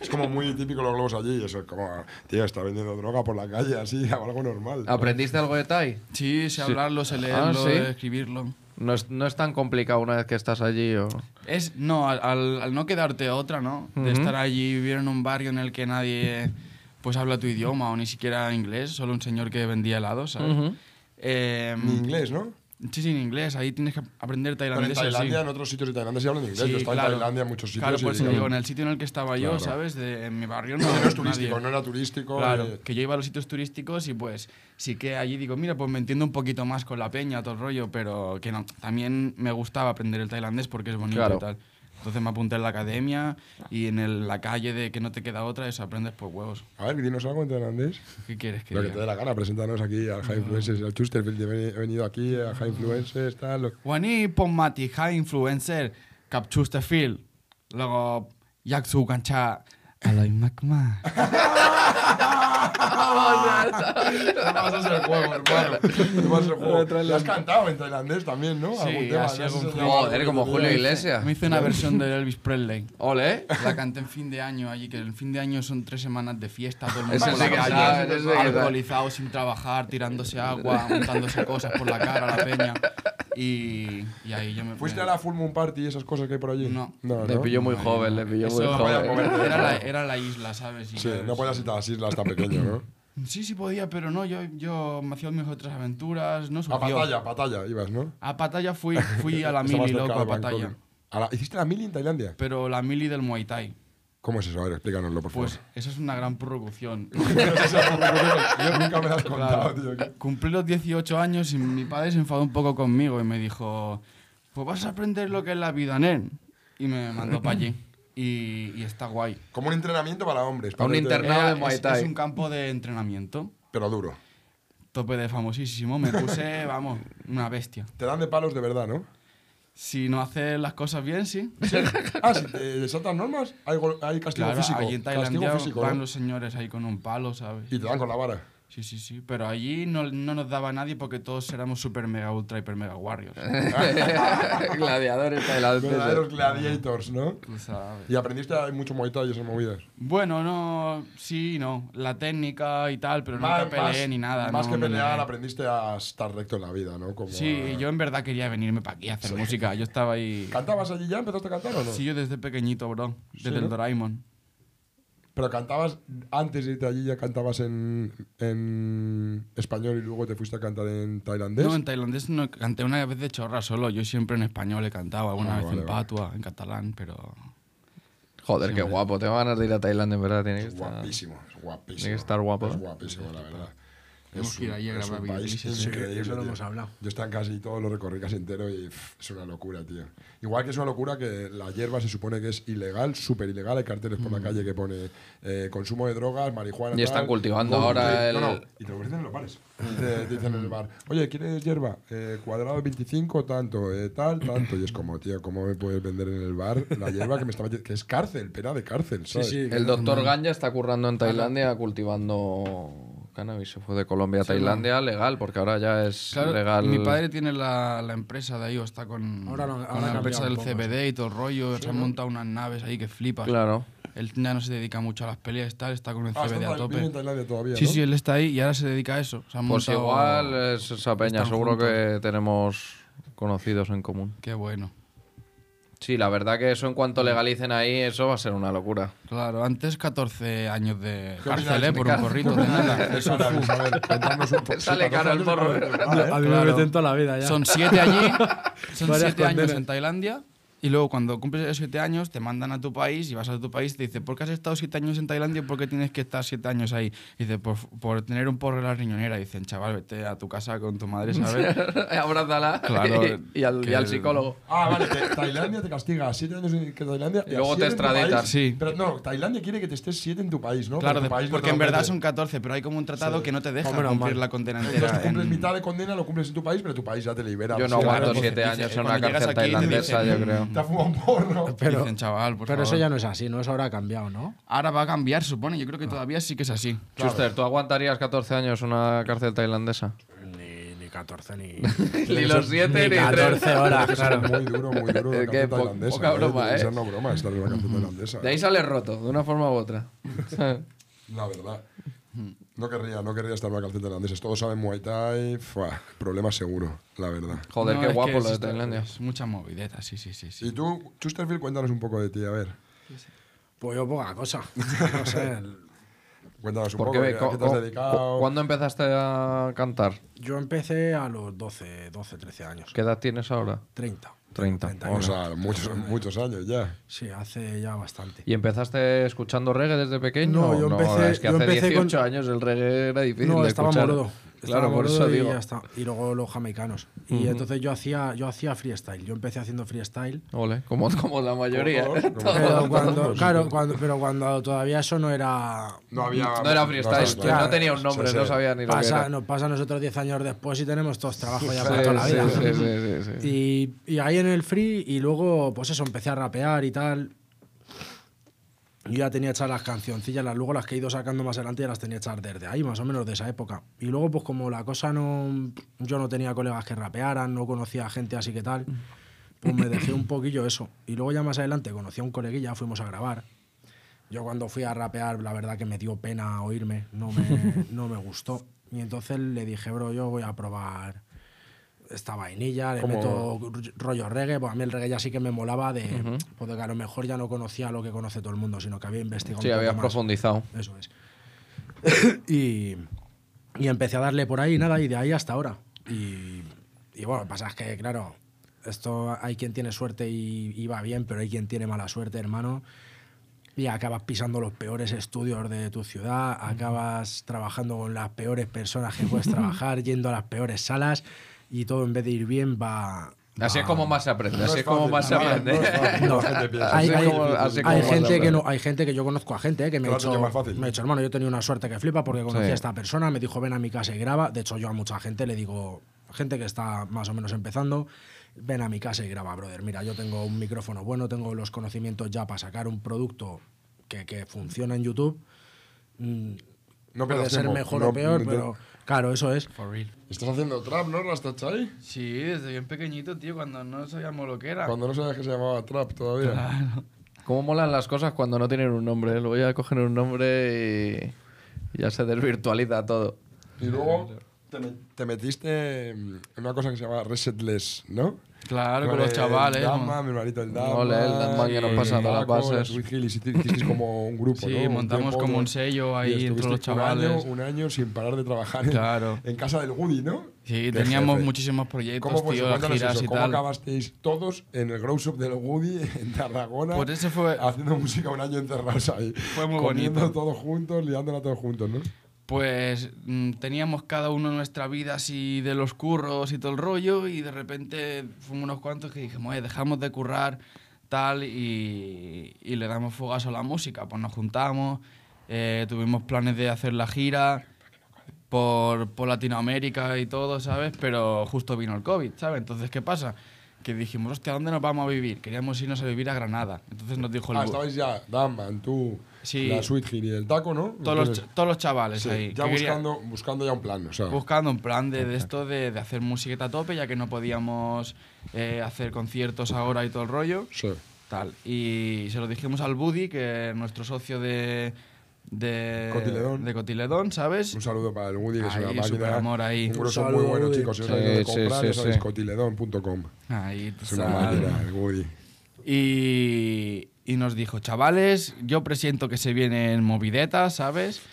Speaker 3: Es como muy típico los globos allí. y Eso es como, tío, está vendiendo droga por la calle, así, algo normal.
Speaker 4: ¿Aprendiste algo de Thai?
Speaker 1: Sí, sé hablarlo, sé leerlo,
Speaker 4: Ah, ¿sí?
Speaker 1: escribirlo.
Speaker 4: No es, no es tan complicado una vez que estás allí. O...
Speaker 1: Es, no, al- al, al no quedarte otra, ¿no? De estar allí, vivir en un barrio en el que nadie pues habla tu idioma o ni siquiera inglés, solo un señor que vendía helados, ¿sabes?
Speaker 4: Ujú.
Speaker 1: Eh,
Speaker 3: En inglés, ¿no?
Speaker 1: sí, sí, en inglés, ahí tienes que aprender
Speaker 3: Mm. Pero en
Speaker 1: tailandés. sí o sí.
Speaker 3: Tailandia, en otros sitios de Tailandia sí hablan inglés.
Speaker 1: Sí,
Speaker 3: Yo he estado
Speaker 1: claro.
Speaker 3: en Tailandia en muchos sitios.
Speaker 1: Claro,
Speaker 3: y
Speaker 1: por eso
Speaker 3: digo,
Speaker 1: digo, en el sitio en el que estaba yo,
Speaker 3: Claro.
Speaker 1: ¿sabes? De, en mi barrio no.
Speaker 3: no, no es turístico,
Speaker 1: nadie.
Speaker 3: no era turístico.
Speaker 1: Claro,
Speaker 3: eh,
Speaker 1: que yo iba a los sitios turísticos y pues sí que allí digo, mira, pues me entiendo un poquito más con la peña, todo el rollo, pero que no. También me gustaba aprender el tailandés porque es bonito
Speaker 4: Claro.
Speaker 1: y tal. Entonces me apunté en la academia y en el- la calle de que no te queda otra, eso aprendes por huevos.
Speaker 3: A ver, dinos algo en tailandés.
Speaker 1: ¿Qué Ah. quieres que
Speaker 3: Lo que
Speaker 1: diga?
Speaker 3: te dé la gana, preséntanos aquí al High Influencers, al Chusterfield. He veni- he venido aquí a High Influencers, tal. lo-
Speaker 1: Juaní Pomati, high influencer, capchuste feel, luego Yaksu Gancha, Aloy Macma.
Speaker 3: Te pasas el juego, hermano. Te pasas el juego. Y has cantado en tailandés también, ¿no?
Speaker 1: Sí, así
Speaker 3: ¿no?
Speaker 1: algún
Speaker 3: Eso
Speaker 1: tema.
Speaker 3: se llama-
Speaker 4: Joder, como Julio Iglesias.
Speaker 1: Me hice una versión de Elvis Presley.
Speaker 4: Ole.
Speaker 1: La canté en fin de año allí, que en fin de año son tres semanas de fiesta, todo el mundo
Speaker 4: Ese
Speaker 1: por
Speaker 4: sí
Speaker 1: la
Speaker 4: que
Speaker 1: calle,
Speaker 4: sabe, ese sí que sabe.
Speaker 1: alcoholizado, sin trabajar, tirándose agua, montándose cosas por la cara a la peña. Y, y ahí yo me...
Speaker 3: ¿Fuiste
Speaker 1: me-
Speaker 3: a la Full Moon Party y esas cosas que hay por allí?
Speaker 1: eh. No.
Speaker 3: No,
Speaker 4: Le
Speaker 3: no.
Speaker 4: pilló muy joven, le pilló muy
Speaker 1: Eso
Speaker 4: joven.
Speaker 1: era la, era la isla, ¿sabes? Y
Speaker 3: Sí,
Speaker 1: yo-
Speaker 3: no podías ir a las islas tan pequeño, ¿no?
Speaker 1: Sí, sí podía, pero no, yo, yo me hacía mis otras aventuras, no surgió.
Speaker 3: A Pattaya, a Pattaya ibas, ¿no?
Speaker 1: A Pattaya fui, fui a la
Speaker 3: Estabas
Speaker 1: mili,
Speaker 3: cerca
Speaker 1: loco,
Speaker 3: de
Speaker 1: a
Speaker 3: Bangkok.
Speaker 1: Pattaya.
Speaker 3: ¿A la- ¿Hiciste la mili en Tailandia?
Speaker 1: Pero la mili del Muay Thai.
Speaker 3: ¿Cómo es eso? A ver, explícanoslo, por favor.
Speaker 1: Pues esa es una gran producción.
Speaker 3: Yo nunca me lo has contado,
Speaker 1: Claro.
Speaker 3: tío. que-
Speaker 1: Cumplí los 18 años y mi padre se enfadó un poco conmigo y me dijo, pues vas a aprender lo que es la vida, nen. Y me mandó para allí. Y, y está guay.
Speaker 3: Como un entrenamiento para hombres.
Speaker 4: Un
Speaker 3: para gente-
Speaker 4: interna- Entrenado de Muay
Speaker 1: es-
Speaker 4: Thai.
Speaker 1: es un campo de entrenamiento.
Speaker 3: Pero duro.
Speaker 1: Tope de famosísimo. Me puse, vamos, una bestia.
Speaker 3: Te dan de palos de verdad, ¿no?
Speaker 1: Si no haces las cosas bien, sí.
Speaker 3: Sí. Ah, si te saltan normas, hay, gol- hay castigo
Speaker 1: Claro,
Speaker 3: físico.
Speaker 1: allí en
Speaker 3: Castigo
Speaker 1: Tailandia
Speaker 3: físico,
Speaker 1: van
Speaker 3: ¿no?
Speaker 1: los señores ahí con un palo, ¿sabes?
Speaker 3: Y te dan con la vara.
Speaker 1: Sí, sí, sí. Pero allí no, no nos daba nadie porque todos éramos super mega ultra hiper mega warriors.
Speaker 4: Gladiadores
Speaker 3: Verdaderos
Speaker 4: tailandeses.
Speaker 3: gladiators, ¿no?
Speaker 1: Tú sabes.
Speaker 3: Y aprendiste hay mucho Muay Thai y esas movidas.
Speaker 1: Bueno, no, sí, no. La técnica y tal, pero nunca peleé ni nada.
Speaker 3: Más
Speaker 1: no
Speaker 3: que
Speaker 1: me
Speaker 3: pelear,
Speaker 1: leí.
Speaker 3: aprendiste a estar recto en la vida, ¿no? Como
Speaker 1: Sí,
Speaker 3: a-
Speaker 1: yo en verdad quería venirme para aquí a hacer música. Yo estaba ahí.
Speaker 3: ¿Cantabas allí ya? ¿Empezaste a cantar o no?
Speaker 1: Sí, yo desde pequeñito, bro. Desde
Speaker 3: ¿no?
Speaker 1: el Doraemon.
Speaker 3: Pero cantabas, antes de irte allí ya cantabas en, en español y luego te fuiste a cantar en tailandés.
Speaker 1: No, en tailandés no canté una vez de chorra solo. Yo siempre en español he cantado, alguna
Speaker 3: Ah,
Speaker 1: vez
Speaker 3: vale,
Speaker 1: en
Speaker 3: vale.
Speaker 1: patua, en catalán, pero.
Speaker 4: eh. Joder, qué guapo. Tengo ganas de ir a Tailandia, en verdad. Tiene que
Speaker 3: Es
Speaker 4: estar...
Speaker 3: guapísimo, es guapísimo.
Speaker 4: Tiene que estar guapo,
Speaker 3: Es
Speaker 4: ¿eh?
Speaker 3: guapísimo, la verdad.
Speaker 1: Tenemos que ir
Speaker 3: un-
Speaker 1: allí a
Speaker 3: es
Speaker 1: grabar
Speaker 3: un país
Speaker 1: videoclips,
Speaker 3: increíble.
Speaker 2: eso lo
Speaker 3: tío.
Speaker 2: hemos hablado.
Speaker 3: Yo estaba casi todo, lo recorrí casi entero y pff, es una locura, tío. Igual que es una locura que la hierba se supone que es ilegal, súper ilegal. Hay carteles por la calle que pone eh, consumo de drogas, marihuana.
Speaker 4: Mm. Y están
Speaker 3: tal.
Speaker 4: cultivando ahora
Speaker 3: No, no,
Speaker 4: el-
Speaker 3: y te lo ofrecen en los bares. Te, te dicen en el bar, oye, ¿quieres hierba? Eh, cuadrado 25, tanto, eh, tal, tanto. Y es como, tío, ¿cómo me puedes vender en el bar la hierba que me está metiendo? Que es cárcel, pena de cárcel, ¿sabes?
Speaker 2: sí,
Speaker 4: El doctor Ganja está currando en Tailandia cultivando cannabis. Se fue de Colombia a Tailandia legal, porque ahora ya es
Speaker 1: Claro,
Speaker 4: legal.
Speaker 1: mi padre tiene la, la empresa de ahí, o está con,
Speaker 2: Ahora lo-
Speaker 1: con
Speaker 2: ahora
Speaker 1: la
Speaker 2: ha cambiado
Speaker 1: empresa del
Speaker 2: un poco,
Speaker 1: CBD y todo el rollo. se han montado unas naves ahí que flipas.
Speaker 4: Claro.
Speaker 1: Él ya no se dedica mucho a las peleas y tal, está con el
Speaker 3: Ah, está
Speaker 1: CBD
Speaker 3: en
Speaker 1: a
Speaker 3: Tailandia- vive
Speaker 1: tope.
Speaker 3: en Tailandia todavía,
Speaker 1: Sí,
Speaker 3: ¿no?
Speaker 1: sí, él está ahí y ahora se dedica a eso. Se han
Speaker 4: Pues
Speaker 1: montado-
Speaker 4: igual es esa peña.
Speaker 1: están
Speaker 4: Seguro
Speaker 1: juntos.
Speaker 4: que tenemos conocidos en común.
Speaker 1: Qué bueno.
Speaker 4: Sí, la verdad que eso en cuanto legalicen ahí, eso va a ser una locura.
Speaker 1: Claro, antes 14 años de
Speaker 3: ¿Qué opinas
Speaker 1: cárcel,
Speaker 3: de
Speaker 1: ¿eh? Por un
Speaker 3: Cárcel?
Speaker 1: porrito
Speaker 3: ¿Qué
Speaker 1: de
Speaker 3: opinas de
Speaker 1: nada.
Speaker 3: Cárcel? Ahora, a ver, cuéntanos un poco.
Speaker 4: Sale caro el porro. ¿eh?
Speaker 2: A mí
Speaker 1: Claro.
Speaker 2: me meten toda la vida ya.
Speaker 1: Son 7 allí, son
Speaker 2: Varias
Speaker 1: 7 años
Speaker 2: condenas.
Speaker 1: en Tailandia. Y luego cuando cumples esos 7 años te mandan a tu país y vas a tu país y te dicen, ¿por qué has estado 7 años en Tailandia y por qué tienes que estar 7 años ahí? Y dice, por, por tener un porro en la riñonera. Y dicen, chaval, vete a tu casa con tu madre, ¿sabes?
Speaker 4: Abrázala
Speaker 1: Claro,
Speaker 4: y, y al, y al
Speaker 1: que-
Speaker 4: psicólogo.
Speaker 3: Ah, vale, que Tailandia te castiga. Siete años en que Tailandia.
Speaker 4: Y luego
Speaker 3: así
Speaker 4: te
Speaker 3: en tu
Speaker 4: extraditan.
Speaker 3: país.
Speaker 1: Sí.
Speaker 3: Pero no, Tailandia quiere que te estés siete en tu país, ¿no?
Speaker 1: Claro,
Speaker 3: Pero tu
Speaker 1: de-
Speaker 3: país no
Speaker 1: porque
Speaker 3: te lo
Speaker 1: en verdad
Speaker 3: permite.
Speaker 1: son 14, pero hay como un tratado que no te deja
Speaker 2: Hombre,
Speaker 1: cumplir
Speaker 2: normal.
Speaker 1: la condena entera.
Speaker 3: Entonces tú cumples
Speaker 1: en-
Speaker 3: mitad de condena, lo cumples en tu país, pero tu país ya te libera.
Speaker 4: Yo no
Speaker 3: Sí,
Speaker 4: aguanto
Speaker 3: claro, pues,
Speaker 4: siete
Speaker 1: dice-
Speaker 4: años en una
Speaker 1: cuando llegas
Speaker 4: cárcel
Speaker 1: aquí te
Speaker 4: tailandesa,
Speaker 1: dicen-
Speaker 4: yo creo.
Speaker 3: Te ha fumado un porro.
Speaker 2: Pero-
Speaker 1: Dicen, chaval, por
Speaker 2: Pero eso
Speaker 1: favor".
Speaker 2: ya no es así, ¿no? Eso ahora ha cambiado, ¿no?
Speaker 1: Ahora va a cambiar, supone. Yo creo que todavía sí que es así.
Speaker 4: Schuster, ¿tú aguantarías 14 años en una cárcel tailandesa?
Speaker 2: Ni, ni 14, ni...
Speaker 4: Ni los 7 ni 3.
Speaker 2: 14 horas, claro.
Speaker 3: Muy duro, muy duro.
Speaker 4: Eh,
Speaker 3: La
Speaker 4: qué
Speaker 3: canción
Speaker 4: po-
Speaker 3: tailandesa.
Speaker 4: poca broma,
Speaker 3: Tiene que
Speaker 4: ¿eh?
Speaker 3: ser no broma estar en la canción tailandesa.
Speaker 4: De ahí sale roto, de una forma u otra.
Speaker 3: La verdad. No querría, no querría estar en una canción tailandesa. Todos saben Muay Thai. fuah, problema seguro, la verdad.
Speaker 4: Joder,
Speaker 1: No,
Speaker 4: qué
Speaker 1: es
Speaker 4: guapo
Speaker 1: que
Speaker 4: lo de
Speaker 1: es-
Speaker 4: Tailandia.
Speaker 1: es mucha movideta, sí, sí, sí. sí.
Speaker 3: Y tú, Chusterfield, cuéntanos un poco de ti, a ver.
Speaker 2: Pues yo poca cosa. No sé. el-
Speaker 3: Cuéntanos un
Speaker 4: Porque,
Speaker 3: poco,
Speaker 4: ve,
Speaker 3: ¿a qué te has
Speaker 4: co-
Speaker 3: dedicado?
Speaker 4: co- ¿Cuándo empezaste a cantar?
Speaker 2: Yo empecé a los 12, 12, 13 años.
Speaker 4: ¿Qué edad tienes ahora?
Speaker 2: 30.
Speaker 4: 30.
Speaker 3: O sea, muchos, muchos años ya.
Speaker 2: Sí, hace ya bastante.
Speaker 4: ¿Y empezaste escuchando reggae desde pequeño?
Speaker 2: No, yo empecé-
Speaker 4: es que
Speaker 2: yo
Speaker 4: hace
Speaker 2: empecé
Speaker 4: 18
Speaker 2: con-
Speaker 4: años el reggae era difícil
Speaker 2: No,
Speaker 4: de
Speaker 2: estaba
Speaker 4: escuchar.
Speaker 2: morodo.
Speaker 4: Claro, por eso
Speaker 2: y
Speaker 4: digo.
Speaker 2: ya está. Y luego los jamaicanos. Y entonces yo hacía, yo hacía freestyle. Yo empecé haciendo freestyle.
Speaker 4: Ole, como, como la mayoría.
Speaker 3: Como todos, como
Speaker 2: Pero cuando, claro, cuando, pero cuando todavía eso no era.
Speaker 3: No había.
Speaker 4: No era freestyle, pues
Speaker 2: claro.
Speaker 4: no tenía un nombre,
Speaker 3: Sí, sí.
Speaker 4: no sabía ni lo que
Speaker 2: Pasa,
Speaker 4: era.
Speaker 2: nos pasa a nosotros 10 años después y tenemos todos trabajos ya
Speaker 4: Sí,
Speaker 2: para toda la
Speaker 4: sí,
Speaker 2: vida.
Speaker 4: sí, sí, sí, sí.
Speaker 2: Y, y ahí en el free, y luego, pues eso, empecé a rapear y tal. Yo ya tenía hechas las cancioncillas, las, luego las que he ido sacando más adelante ya las tenía hechas desde ahí, más o menos de esa época. Y luego, pues como la cosa no. Yo no tenía colegas que rapearan, no conocía gente así que tal, pues me dejé un poquillo eso. Y luego ya más adelante conocí a un coleguilla, fuimos a grabar. Yo cuando fui a rapear, la verdad que me dio pena oírme, no me, no me gustó. Y entonces le dije, bro, yo voy a probar esta vainilla, le
Speaker 3: Como-
Speaker 2: meto ru- rollo reggae, pues a mí el reggae ya sí que me molaba de, pues de que a lo mejor ya no conocía lo que conoce todo el mundo, sino que había investigado
Speaker 4: Sí,
Speaker 2: un poco
Speaker 4: habías
Speaker 2: más.
Speaker 4: profundizado.
Speaker 2: Eso es. y, y empecé a darle por ahí, nada, y de ahí hasta ahora. Y, y bueno, pasa es que, claro, esto hay quien tiene suerte y, y va bien, pero hay quien tiene mala suerte, hermano. Y acabas pisando los peores estudios de tu ciudad, acabas trabajando con las peores personas que puedes trabajar, yendo a las peores salas y todo en vez de ir bien va...
Speaker 4: Así es
Speaker 2: va-
Speaker 4: como más se aprende,
Speaker 3: Ah, No
Speaker 4: así
Speaker 3: es
Speaker 4: es como
Speaker 3: fácil,
Speaker 4: más se
Speaker 3: no,
Speaker 4: aprende.
Speaker 3: no es fácil,
Speaker 2: No,
Speaker 3: la gente piensa.
Speaker 2: ¿eh? hay,
Speaker 4: Así
Speaker 2: hay-
Speaker 4: como- así
Speaker 2: hay
Speaker 4: como
Speaker 2: gente
Speaker 4: más
Speaker 2: que no, hay gente que yo conozco a gente eh, que me
Speaker 3: Claro,
Speaker 2: ha
Speaker 3: así que
Speaker 2: dicho,
Speaker 3: más fácil.
Speaker 2: me ha dicho, hermano, yo he tenido una suerte que flipa porque conocí
Speaker 4: Sí.
Speaker 2: a esta persona, me dijo ven a mi casa y graba. De hecho, yo a mucha gente le digo, gente que está más o menos empezando, ven a mi casa y graba, brother. Mira, yo tengo un micrófono bueno, tengo los conocimientos ya para sacar un producto que, que funciona en YouTube. Mm,
Speaker 3: No
Speaker 2: puede
Speaker 3: pierdas
Speaker 2: ser
Speaker 3: tiempo,
Speaker 2: mejor
Speaker 3: no- Eh,
Speaker 2: o peor,
Speaker 3: no-
Speaker 2: pero claro, eso es.
Speaker 1: For real.
Speaker 3: Estás haciendo trap, ¿no, Rastachai?
Speaker 1: Sí, desde bien pequeñito, tío, cuando no sabíamos lo que era.
Speaker 3: Cuando no sabías que se llamaba trap todavía.
Speaker 1: Claro.
Speaker 4: ¿Cómo molan las cosas cuando no tienen un nombre? eh? Luego ya cogen un nombre y ya se desvirtualiza todo.
Speaker 3: Y luego te, me- te metiste en una cosa que se llama Resetless, ¿no?
Speaker 1: Claro, con los
Speaker 3: el
Speaker 1: chavales.
Speaker 3: Dama,
Speaker 1: mon-
Speaker 3: Pues, mi hermanito el Dama.
Speaker 4: Ole, el Dama que nos
Speaker 3: y
Speaker 4: pasa todas las
Speaker 3: Paco,
Speaker 4: bases.
Speaker 3: Sweet Hill, hicisteis hicisteis como un grupo,
Speaker 1: Sí,
Speaker 3: ¿no? Un
Speaker 1: montamos
Speaker 3: tiempo,
Speaker 1: como
Speaker 3: ¿no?
Speaker 1: un sello ahí
Speaker 3: Y
Speaker 1: entre los
Speaker 3: estuvisteis un
Speaker 1: chavales.
Speaker 3: año- Un año, sin parar de trabajar en,
Speaker 1: Claro.
Speaker 3: en casa del Woody, ¿no?
Speaker 1: Sí,
Speaker 3: Qué
Speaker 1: teníamos
Speaker 3: jefe.
Speaker 1: muchísimos proyectos,
Speaker 3: ¿Cómo, fue eso?
Speaker 1: tío, las
Speaker 3: Cuéntanos
Speaker 1: giras
Speaker 3: eso.
Speaker 1: y
Speaker 3: ¿Cómo
Speaker 1: tal.
Speaker 3: acabasteis todos en el grow shop del Woody en Tarragona?
Speaker 1: Pues ese fue-
Speaker 3: Haciendo música un año encerrados ahí.
Speaker 1: Fue muy
Speaker 3: Comiendo
Speaker 1: bonito.
Speaker 3: todos juntos, liándola todos juntos, ¿no?
Speaker 1: Pues mm, teníamos cada uno nuestra vida así de los curros y todo el rollo y de repente fuimos unos cuantos que dijimos, "Eh, dejamos de currar tal y, y le damos fogazo a la música. Pues nos juntamos, eh, tuvimos planes de hacer la gira por, por Latinoamérica y todo, ¿sabes? Pero justo vino el COVID, ¿sabes? Entonces, ¿qué pasa? Que dijimos, hostia, ¿dónde nos vamos a vivir? Queríamos irnos a vivir a Granada. Entonces nos dijo el...
Speaker 3: Ah,
Speaker 1: bu-
Speaker 3: estabais ya, Daman, tú,
Speaker 1: Sí.
Speaker 3: la Sweet Hill y el Taco, ¿no?
Speaker 1: todos, los,
Speaker 3: Entonces,
Speaker 1: ch- todos los chavales
Speaker 3: sí,
Speaker 1: ahí.
Speaker 3: Ya
Speaker 1: que querían-
Speaker 3: buscando, buscando ya un plan, o sea.
Speaker 1: buscando un plan de, de esto de, de hacer musiqueta a tope, ya que no podíamos eh, hacer conciertos ahora y todo el rollo.
Speaker 3: sí.
Speaker 1: Tal. Y se lo dijimos al Buddy, que es nuestro socio de. De
Speaker 3: Cotiledón. Pues
Speaker 1: de Cotiledón, ¿sabes?
Speaker 3: Un saludo para el Woody, que es
Speaker 1: Ahí,
Speaker 3: una máquina.
Speaker 1: superamor ahí.
Speaker 3: Un grupo
Speaker 2: Saludo,
Speaker 3: muy bueno,
Speaker 2: Woody.
Speaker 3: chicos. Si os
Speaker 4: Sí,
Speaker 3: habéis de
Speaker 4: sí,
Speaker 3: comprar,
Speaker 4: sí,
Speaker 3: ya sabéis,
Speaker 4: sí.
Speaker 3: cotiledon.com.
Speaker 1: Ahí, pues, tú
Speaker 3: Es una
Speaker 1: sabes.
Speaker 3: máquina, el Woody.
Speaker 1: Y, y nos dijo, chavales, yo presiento que se vienen movidetas, ¿sabes?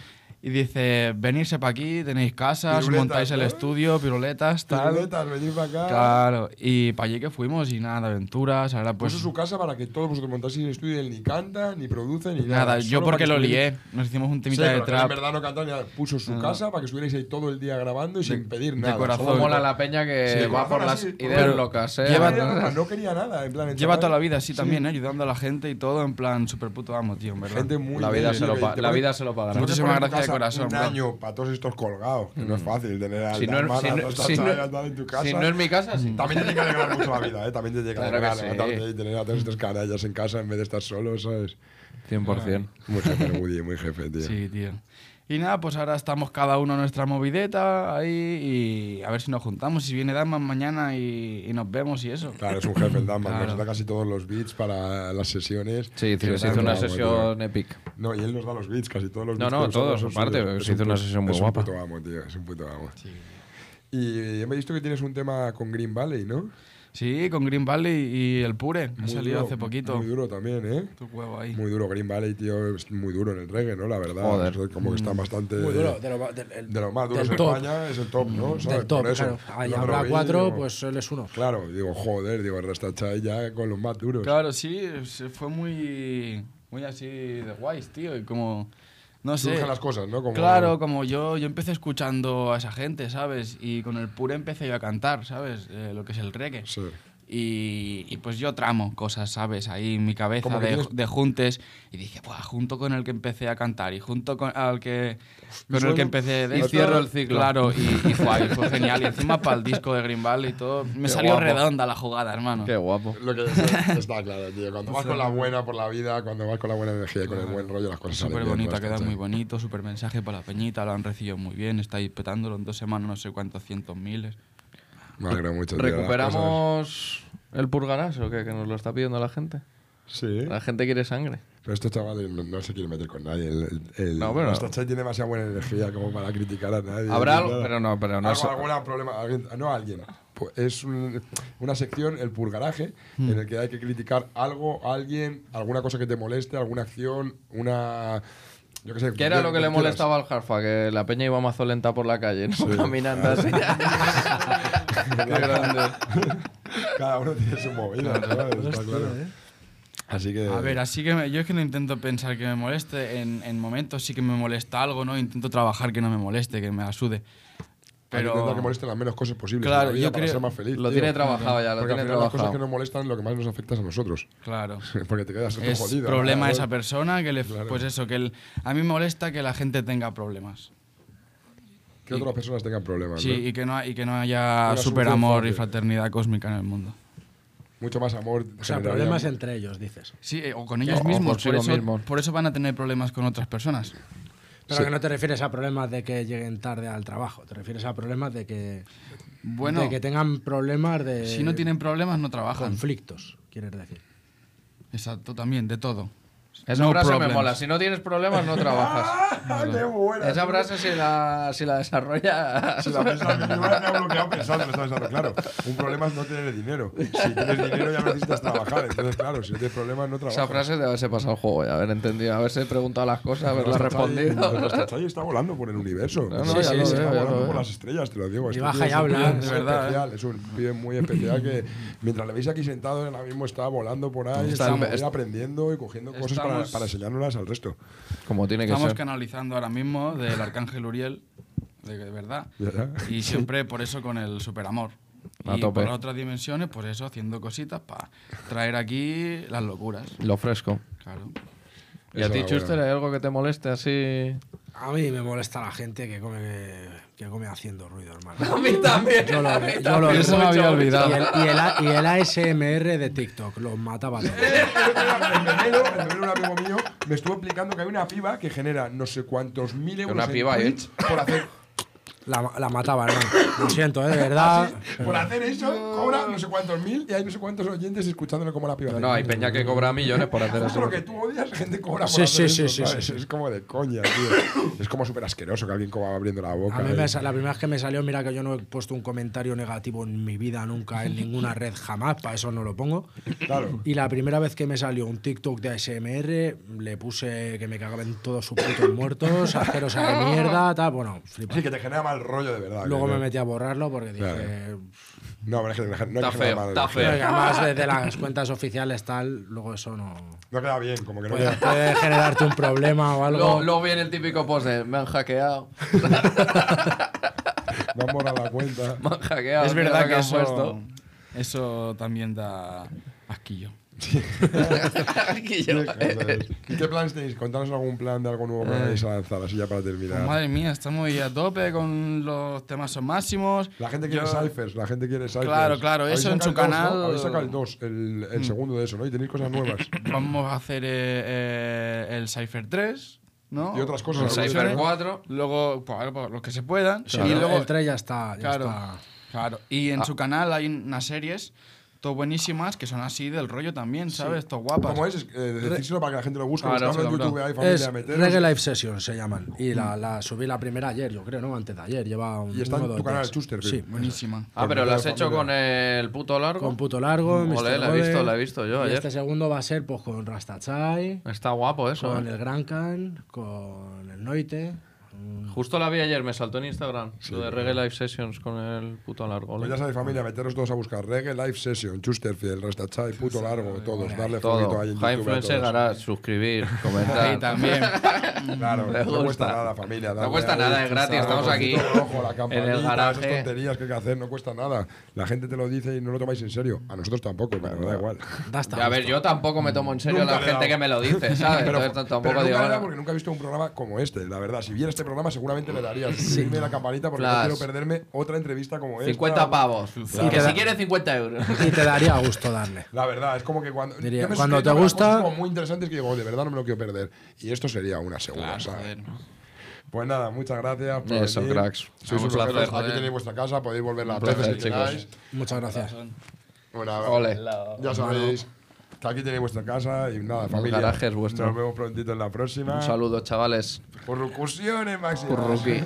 Speaker 1: Y dice, venirse para aquí, tenéis casas,
Speaker 3: Piruletas,
Speaker 1: montáis el
Speaker 3: ¿no?
Speaker 1: estudio, piruletas, tal.
Speaker 3: Piruletas, venid para acá.
Speaker 1: Claro, y para allí que fuimos y nada, de aventuras, ahora pues...
Speaker 3: Puso su casa para que todos vosotros montáis el estudio. Él ni canta, ni produce, ni nada.
Speaker 1: Nada, yo
Speaker 3: Solo para
Speaker 1: porque
Speaker 3: que
Speaker 1: lo
Speaker 3: estuvierais-
Speaker 1: lié. Nos hicimos un
Speaker 3: Sí,
Speaker 1: temita
Speaker 3: pero
Speaker 1: de
Speaker 3: que
Speaker 1: trap.
Speaker 3: en verdad no cantaba ni nada. Puso su casa para que estuvierais ahí todo el día grabando y sin pedir nada.
Speaker 1: corazón.
Speaker 4: ¿Cómo
Speaker 3: Solo-
Speaker 4: mola la peña que
Speaker 3: Sí,
Speaker 4: va por
Speaker 3: ahora
Speaker 4: las
Speaker 3: sí,
Speaker 4: ideas
Speaker 3: pero
Speaker 4: locas, eh?
Speaker 1: lleva-
Speaker 3: No, no quería nada. En plan, el
Speaker 1: Lleva
Speaker 3: chaval-
Speaker 1: toda la vida así también, ¿eh? ayudando a la gente y todo, en plan, super puto amo, tío, en verdad.
Speaker 3: Gente muy
Speaker 4: la vida,
Speaker 3: bien,
Speaker 4: se lo
Speaker 3: y
Speaker 4: pa-
Speaker 3: te
Speaker 4: la
Speaker 3: pones-
Speaker 4: vida se lo pagará.
Speaker 3: Tú te
Speaker 1: Muchísimas
Speaker 3: pones en
Speaker 1: gracias de
Speaker 3: casa
Speaker 1: corazón,
Speaker 3: Un
Speaker 1: bro.
Speaker 3: año para todos estos colgados, que no es fácil tener a
Speaker 4: Mm. Si
Speaker 3: la
Speaker 4: no, es-
Speaker 3: hermana,
Speaker 4: si, no,
Speaker 3: dos
Speaker 4: si,
Speaker 3: tachas andando en tu
Speaker 4: no,
Speaker 3: casa. Mm.
Speaker 4: si no es mi casa, sí.
Speaker 3: También tiene que alegrar mucho la vida, ¿eh? También te tiene que
Speaker 4: Claro
Speaker 3: alegrar
Speaker 4: que sí.
Speaker 3: levantarte y tener a todos estos canallas en casa en vez de estar solo, ¿sabes?
Speaker 4: 100%.
Speaker 3: Muy jefe, el Woody, muy jefe, tío.
Speaker 1: Sí, tío. Y nada, pues ahora estamos cada uno en nuestra movideta ahí y a ver si nos juntamos, si viene Damas mañana y, y nos vemos y eso.
Speaker 3: Claro, es un jefe el Dama,
Speaker 1: Claro.
Speaker 3: nos da casi todos los beats para las sesiones.
Speaker 4: Sí, tío, se hizo
Speaker 3: Bravo,
Speaker 4: una
Speaker 3: tío.
Speaker 4: sesión épica.
Speaker 3: No, y él nos da los beats, casi todos los
Speaker 4: No,
Speaker 3: beats.
Speaker 4: no,
Speaker 3: que nosotros
Speaker 4: todos,
Speaker 3: son
Speaker 4: aparte,
Speaker 3: suyos.
Speaker 4: se
Speaker 3: Es un
Speaker 4: hizo una
Speaker 3: pu-
Speaker 4: sesión muy guapa.
Speaker 3: Es un puto amo, tío, es un puto amo. Y he visto que tienes un tema con Green Valley, ¿no?
Speaker 1: Sí, con Green Valley y el Pure, ha
Speaker 3: Muy
Speaker 1: salido
Speaker 3: duro,
Speaker 1: hace poquito.
Speaker 3: Muy duro también, ¿eh?
Speaker 1: Tu huevo ahí.
Speaker 3: Muy duro, Green Valley, tío, es muy duro en el reggae, ¿no? La verdad.
Speaker 4: Joder.
Speaker 3: Es Como que está bastante.
Speaker 2: Mm. Muy duro, de lo, va- del- el-
Speaker 3: De los más duros
Speaker 2: del
Speaker 3: en
Speaker 2: top. Mm.
Speaker 3: España es el top, ¿no? ¿Sabes?
Speaker 2: Del top,
Speaker 3: Por eso.
Speaker 2: claro. Ahí
Speaker 3: Yo me lo
Speaker 2: habrá
Speaker 3: vi,
Speaker 2: cuatro,
Speaker 3: digo,
Speaker 2: pues él es uno.
Speaker 3: Claro, digo, joder, digo, Rasta Chai ya con los más duros.
Speaker 1: Claro, sí, se fue muy, muy así de guays, tío, y como, no sé.
Speaker 3: Surgen las cosas, ¿no? Como-
Speaker 1: Claro, como yo, yo empecé escuchando a esa gente, ¿sabes? Y con el pure empecé yo a cantar, ¿sabes? Eh, lo que es el reggae.
Speaker 3: Sí.
Speaker 1: Y, y pues yo tramo cosas, ¿sabes? Ahí en mi cabeza
Speaker 3: Como que
Speaker 1: de,
Speaker 3: tienes-
Speaker 1: de juntes. Y dije, Buah, junto con el que empecé a cantar y junto con al que con el
Speaker 3: suena-
Speaker 1: que empecé de
Speaker 4: Y
Speaker 1: esto,
Speaker 4: cierro el ciclo.
Speaker 1: Claro, y, y fue, ahí, fue genial. Y encima para el disco de Green Valley y todo. Me
Speaker 4: Qué
Speaker 1: salió
Speaker 4: guapo.
Speaker 1: redonda la jugada, hermano.
Speaker 4: Qué guapo.
Speaker 3: Lo que está claro, tío. Cuando vas con la buena por la vida, cuando vas con la buena energía y con el buen rollo, las cosas salen
Speaker 1: Súper
Speaker 3: bien,
Speaker 1: bonita,
Speaker 3: Rasta
Speaker 1: queda
Speaker 3: Chai.
Speaker 1: muy bonito, súper mensaje para la peñita, lo han recibido muy bien, estáis petándolo en dos semanas, no sé cuántos cientos miles.
Speaker 3: Me alegro mucho, tío, las cosas.
Speaker 4: ¿Recuperamos el purgarás o qué? Que nos lo está pidiendo la gente.
Speaker 3: Sí.
Speaker 4: La gente quiere sangre.
Speaker 3: Pero estos chavales no, no se quieren meter con nadie. El, el,
Speaker 4: No, pero-
Speaker 3: Rasta Chai tiene demasiada buena energía como para criticar a nadie.
Speaker 4: Habrá
Speaker 3: ni
Speaker 4: algo,
Speaker 3: nada.
Speaker 4: pero no, pero no
Speaker 3: Algo-
Speaker 4: sé.
Speaker 3: alguna problema, alguien- no alguien. Pues es un- una sección, el purgaraje, en el que hay que criticar algo, alguien, alguna cosa que te moleste, alguna acción, una. Yo qué sé.
Speaker 4: ¿Qué era
Speaker 3: de-
Speaker 4: lo que le
Speaker 3: mentiras.
Speaker 4: molestaba al Jarfa? Que la peña iba mazo lenta por la calle, ¿no? Caminando
Speaker 3: Ah,
Speaker 4: así. Qué grande.
Speaker 3: Cada uno tiene su movida, ¿sabes? Está claro. Así que.
Speaker 1: A ver, así que me- yo es que no intento pensar que me moleste, en, en momentos sí que me molesta algo, ¿no? Intento trabajar que no me moleste, que me asude.
Speaker 3: hay que
Speaker 1: Pero
Speaker 3: intentar que molesten las menos cosas posibles.
Speaker 1: Claro,
Speaker 3: en la vida
Speaker 1: yo
Speaker 3: para
Speaker 1: creo-
Speaker 3: ser más feliz.
Speaker 4: Lo
Speaker 3: tío.
Speaker 4: tiene trabajado ya, lo
Speaker 3: Porque al
Speaker 4: tiene
Speaker 3: final las cosas
Speaker 4: trabajado.
Speaker 3: que nos molestan, lo que más nos afecta es a nosotros.
Speaker 1: claro.
Speaker 3: Porque te quedas todo
Speaker 1: Es
Speaker 3: jodido.
Speaker 1: problema de
Speaker 3: ¿no?
Speaker 1: esa persona que le
Speaker 3: Claro.
Speaker 1: pues eso, que el- a mí me molesta que la gente tenga problemas.
Speaker 3: Que otras personas tengan problemas.
Speaker 1: Sí,
Speaker 3: ¿no?
Speaker 1: y que no, ha- y que no haya
Speaker 3: Una
Speaker 1: superamor y
Speaker 3: solución
Speaker 1: fraternidad cósmica en el mundo.
Speaker 3: Mucho más amor.
Speaker 2: O sea,
Speaker 3: generaría-
Speaker 2: problemas entre ellos, dices.
Speaker 1: Sí, eh, o con ellos
Speaker 4: O- o
Speaker 1: mismos. Por
Speaker 4: consigo
Speaker 1: eso,
Speaker 4: mismos.
Speaker 1: por eso van a tener problemas con otras personas.
Speaker 2: Pero
Speaker 3: Sí.
Speaker 2: que no te refieres a problemas de que lleguen tarde al trabajo, te refieres a problemas de que,
Speaker 1: Bueno,
Speaker 2: de que tengan problemas de
Speaker 1: si no tienen problemas, no trabajan.
Speaker 2: conflictos, quieres decir.
Speaker 1: Exacto, también, de todo.
Speaker 4: Esa
Speaker 1: No
Speaker 4: frase
Speaker 1: problems.
Speaker 4: me mola. Si no tienes problemas, no trabajas.
Speaker 3: ¡Ah, qué buena!
Speaker 4: Esa frase, si la, si la desarrollas.
Speaker 3: Si la pensaba, yo me había bloqueado pensando, me estaba pensando, claro, un problema es no tener dinero. Si tienes dinero ya no necesitas trabajar, entonces claro, si no tienes problemas no trabajas.
Speaker 4: Esa frase de haberse pasado el juego, de haber entendido, haberse preguntado las cosas, haberlas
Speaker 3: Nuestro Chai-
Speaker 4: respondido.
Speaker 3: Nuestro Chai está volando por el universo.
Speaker 4: No, no,
Speaker 3: Sí,
Speaker 4: ya
Speaker 3: sí,
Speaker 4: lo
Speaker 3: sí, está
Speaker 4: veo, ya lo
Speaker 3: volando por
Speaker 4: veo.
Speaker 3: las estrellas, te lo digo.
Speaker 2: Y
Speaker 3: Este
Speaker 2: baja
Speaker 3: tío
Speaker 2: y
Speaker 3: es un
Speaker 2: habla,
Speaker 3: pibe
Speaker 2: de
Speaker 1: verdad,
Speaker 3: especial, Es un pibe muy especial que mientras le veis aquí sentado, él ahora mismo está volando por ahí, está,
Speaker 4: Estamos-
Speaker 3: él aprendiendo y cogiendo cosas para,
Speaker 1: estamos-
Speaker 3: para enseñárnoslas al resto.
Speaker 4: Como tiene que
Speaker 1: Estamos
Speaker 4: ser.
Speaker 1: canalizando ahora mismo del arcángel Uriel, de, de verdad.
Speaker 3: ¿Verdad?
Speaker 1: Y siempre por eso con el superamor.
Speaker 4: A
Speaker 1: y
Speaker 4: tope.
Speaker 1: por otras dimensiones, por eso haciendo cositas para traer aquí las locuras.
Speaker 4: Lo fresco.
Speaker 1: Claro.
Speaker 4: ¿Y a
Speaker 3: Esa
Speaker 4: ti,
Speaker 3: era
Speaker 4: Chuster,
Speaker 3: buena.
Speaker 4: hay algo que te moleste así?
Speaker 2: A mí me molesta la gente que come, que come haciendo ruido, hermano.
Speaker 4: mí también.
Speaker 2: Yo lo, yo lo-
Speaker 1: Eso me había olvidado.
Speaker 2: Y el, y el A- y el ASMR de TikTok los mataba a todos.
Speaker 3: En enero, en enero un amigo mío me estuvo explicando que hay una piba que genera no sé cuántos mil euros
Speaker 4: una
Speaker 3: en
Speaker 4: piba, ¿eh?
Speaker 3: Twitch por hacer
Speaker 2: La, la mataba, hermano. Lo siento, ¿eh? de verdad.
Speaker 4: Ah,
Speaker 3: Por hacer eso, cobra no sé cuántos mil y hay no sé cuántos oyentes escuchándolo como la piba.
Speaker 4: No, hay peña que cobra millones por hacer
Speaker 3: Justo
Speaker 4: eso.
Speaker 3: lo que tú odias, gente cobra por
Speaker 2: Sí,
Speaker 3: hacer
Speaker 2: sí, sí,
Speaker 3: eso,
Speaker 2: sí,
Speaker 3: ¿sabes?
Speaker 2: sí, sí.
Speaker 3: Es como de coña, tío. Es como súper asqueroso que alguien como va abriendo la boca. eh.
Speaker 2: A mí
Speaker 3: y-
Speaker 2: me sa- la primera vez que me salió, mira que yo no he puesto un comentario negativo en mi vida nunca, en ninguna red jamás, para eso no lo pongo.
Speaker 3: Claro.
Speaker 2: Y la primera vez que me salió un TikTok de ASMR, le puse que me cagaban todos sus putos muertos, asquerosa de mierda, tal. Bueno, flipa.
Speaker 3: Sí, que te genera mal rollo de verdad.
Speaker 2: Luego
Speaker 3: que
Speaker 2: me
Speaker 3: no-
Speaker 2: metí a borrarlo porque dije.
Speaker 3: Claro. No, pero es que no, no genera
Speaker 4: Está feo,
Speaker 3: mal
Speaker 4: está
Speaker 3: rollo.
Speaker 4: feo.
Speaker 2: Pero que además desde las cuentas oficiales tal, luego eso no.
Speaker 3: No queda bien, como que no
Speaker 2: Puede,
Speaker 3: queda.
Speaker 2: puede generarte un problema o algo.
Speaker 4: Luego, luego viene el típico post de me han hackeado.
Speaker 3: No han borrado la cuenta.
Speaker 4: Me han hackeado.
Speaker 1: es
Speaker 4: mira lo
Speaker 1: verdad
Speaker 4: han
Speaker 1: que eso,
Speaker 4: puesto.
Speaker 1: eso también da asquillo.
Speaker 4: Quillo.
Speaker 3: ¿Y qué planes tenéis? Contanos algún plan de algo nuevo que vais a lanzar, así ya para
Speaker 1: Pues
Speaker 3: terminar.
Speaker 1: madre mía, estamos ahí a tope con los temas son máximos.
Speaker 3: La gente quiere
Speaker 1: Yo-
Speaker 3: ciphers, la gente quiere ciphers.
Speaker 1: Claro, claro,
Speaker 3: Habéis
Speaker 1: eso en
Speaker 3: sacado
Speaker 1: su
Speaker 3: el dos, ¿no?
Speaker 1: canal- Mm.
Speaker 3: Habéis sacado el 2, el, el segundo de eso, ¿no? Y tenéis cosas nuevas.
Speaker 1: Vamos a hacer eh, eh, el Cypher 3, ¿no?
Speaker 3: Y otras cosas,
Speaker 1: Las
Speaker 3: ¿no?
Speaker 1: opciones.
Speaker 4: Cypher 4.
Speaker 1: Luego, pues, algo, los que se puedan.
Speaker 2: Sí,
Speaker 1: y
Speaker 2: el-
Speaker 1: luego,
Speaker 2: el 3 ya está. ya
Speaker 1: claro,
Speaker 2: está.
Speaker 1: claro. Y en su canal hay unas series, todo buenísimas, que son así del rollo también, ¿sabes? Todo guapas.
Speaker 3: ¿Cómo es? Eh, decírselo para que la gente lo busque.
Speaker 1: Claro,
Speaker 3: Buscadlo en
Speaker 1: seguro.
Speaker 3: YouTube, hay familia,
Speaker 2: Es
Speaker 3: meteros. Mm.
Speaker 2: Reggae Live Session se llaman. Y la, la subí la primera ayer, yo creo, ¿no? Antes de ayer. Lleva un
Speaker 3: Y está en
Speaker 2: uno o
Speaker 3: tu
Speaker 2: dos
Speaker 3: canal,
Speaker 2: días.
Speaker 3: Chuster,
Speaker 2: Sí.
Speaker 3: creo.
Speaker 1: Buenísima.
Speaker 4: Ah, pero lo has hecho
Speaker 3: Familia.
Speaker 4: con el puto largo.
Speaker 2: Con puto largo. Mr.
Speaker 4: Ole, la he
Speaker 2: Godet.
Speaker 4: visto, la he visto yo
Speaker 2: Y
Speaker 4: ayer.
Speaker 2: este segundo va a ser pues con Rastachai,
Speaker 4: Está guapo eso.
Speaker 2: con
Speaker 4: eh.
Speaker 2: el Gran Can, con el Noite.
Speaker 4: eh. Justo la vi ayer, me saltó en Instagram. Lo de Reggae Live Sessions con el puto largo. ole.
Speaker 3: Pues ya sabéis, familia, meteros todos a buscar Reggae Live Session, Chusterfield, Rastachai, Puto Largo, todos. Darle fueguito ahí
Speaker 4: Todo.
Speaker 3: en
Speaker 4: High
Speaker 3: YouTube. a
Speaker 4: Influencer
Speaker 3: todos.
Speaker 4: Garage, suscribir,
Speaker 1: Ahí
Speaker 4: comentar.
Speaker 1: también.
Speaker 3: Claro,
Speaker 4: Me
Speaker 3: no cuesta
Speaker 4: gusta.
Speaker 3: nada, familia.
Speaker 4: No
Speaker 3: darle
Speaker 4: cuesta
Speaker 3: ahí,
Speaker 4: nada, es gratis,
Speaker 3: darle
Speaker 4: estamos
Speaker 3: un
Speaker 4: aquí,
Speaker 3: poquito de ojo, la
Speaker 4: en el
Speaker 3: campanita,
Speaker 4: garaje.
Speaker 3: Esas tonterías que hay que hacer, no cuesta nada. La gente te lo dice y no lo tomáis en serio. A nosotros tampoco, pero da igual.
Speaker 2: Dasta.
Speaker 4: Y a ver, yo tampoco me tomo en serio a
Speaker 3: Nunca
Speaker 4: la
Speaker 3: le he dado.
Speaker 4: gente que me lo dice, ¿sabes? Entonces t- tampoco
Speaker 3: pero
Speaker 4: digo.
Speaker 3: nunca le da
Speaker 4: bueno,
Speaker 3: porque nunca he visto un programa como este, la verdad. Si viera este programa, seguramente le daría subirme la campanita porque
Speaker 4: Flash.
Speaker 3: no quiero perderme otra entrevista como esta.
Speaker 4: 50 pavos. Y que
Speaker 2: Claro.
Speaker 4: si quieres 50 euros.
Speaker 2: Y te daría gusto darle.
Speaker 3: La verdad, es como que cuando,
Speaker 2: Diría,
Speaker 3: yo me
Speaker 2: cuando
Speaker 3: suscribo
Speaker 2: te
Speaker 3: a cosas
Speaker 2: gusta-
Speaker 3: como muy interesantes que digo, "Oh, de verdad no me lo quiero perder. Y esto sería una segura, ¿sabes?
Speaker 1: Joder.
Speaker 3: Pues nada, muchas gracias por
Speaker 4: Eso,
Speaker 3: venir.
Speaker 4: cracks.
Speaker 3: Sois
Speaker 1: Un
Speaker 3: unos
Speaker 1: placer,
Speaker 3: guerreros. Aquí
Speaker 1: joder.
Speaker 3: tenéis vuestra casa, podéis volver las
Speaker 4: Un
Speaker 3: veces
Speaker 4: placer,
Speaker 3: que
Speaker 4: chicos.
Speaker 3: queráis.
Speaker 2: Muchas gracias.
Speaker 3: Bueno,
Speaker 4: Ole.
Speaker 3: ya sabéis que aquí tenéis vuestra casa y nada, familia.
Speaker 4: garaje es vuestro.
Speaker 3: Nos vemos prontito en la próxima.
Speaker 4: Un saludo, chavales.
Speaker 3: Por máximo.
Speaker 4: Por Rookie.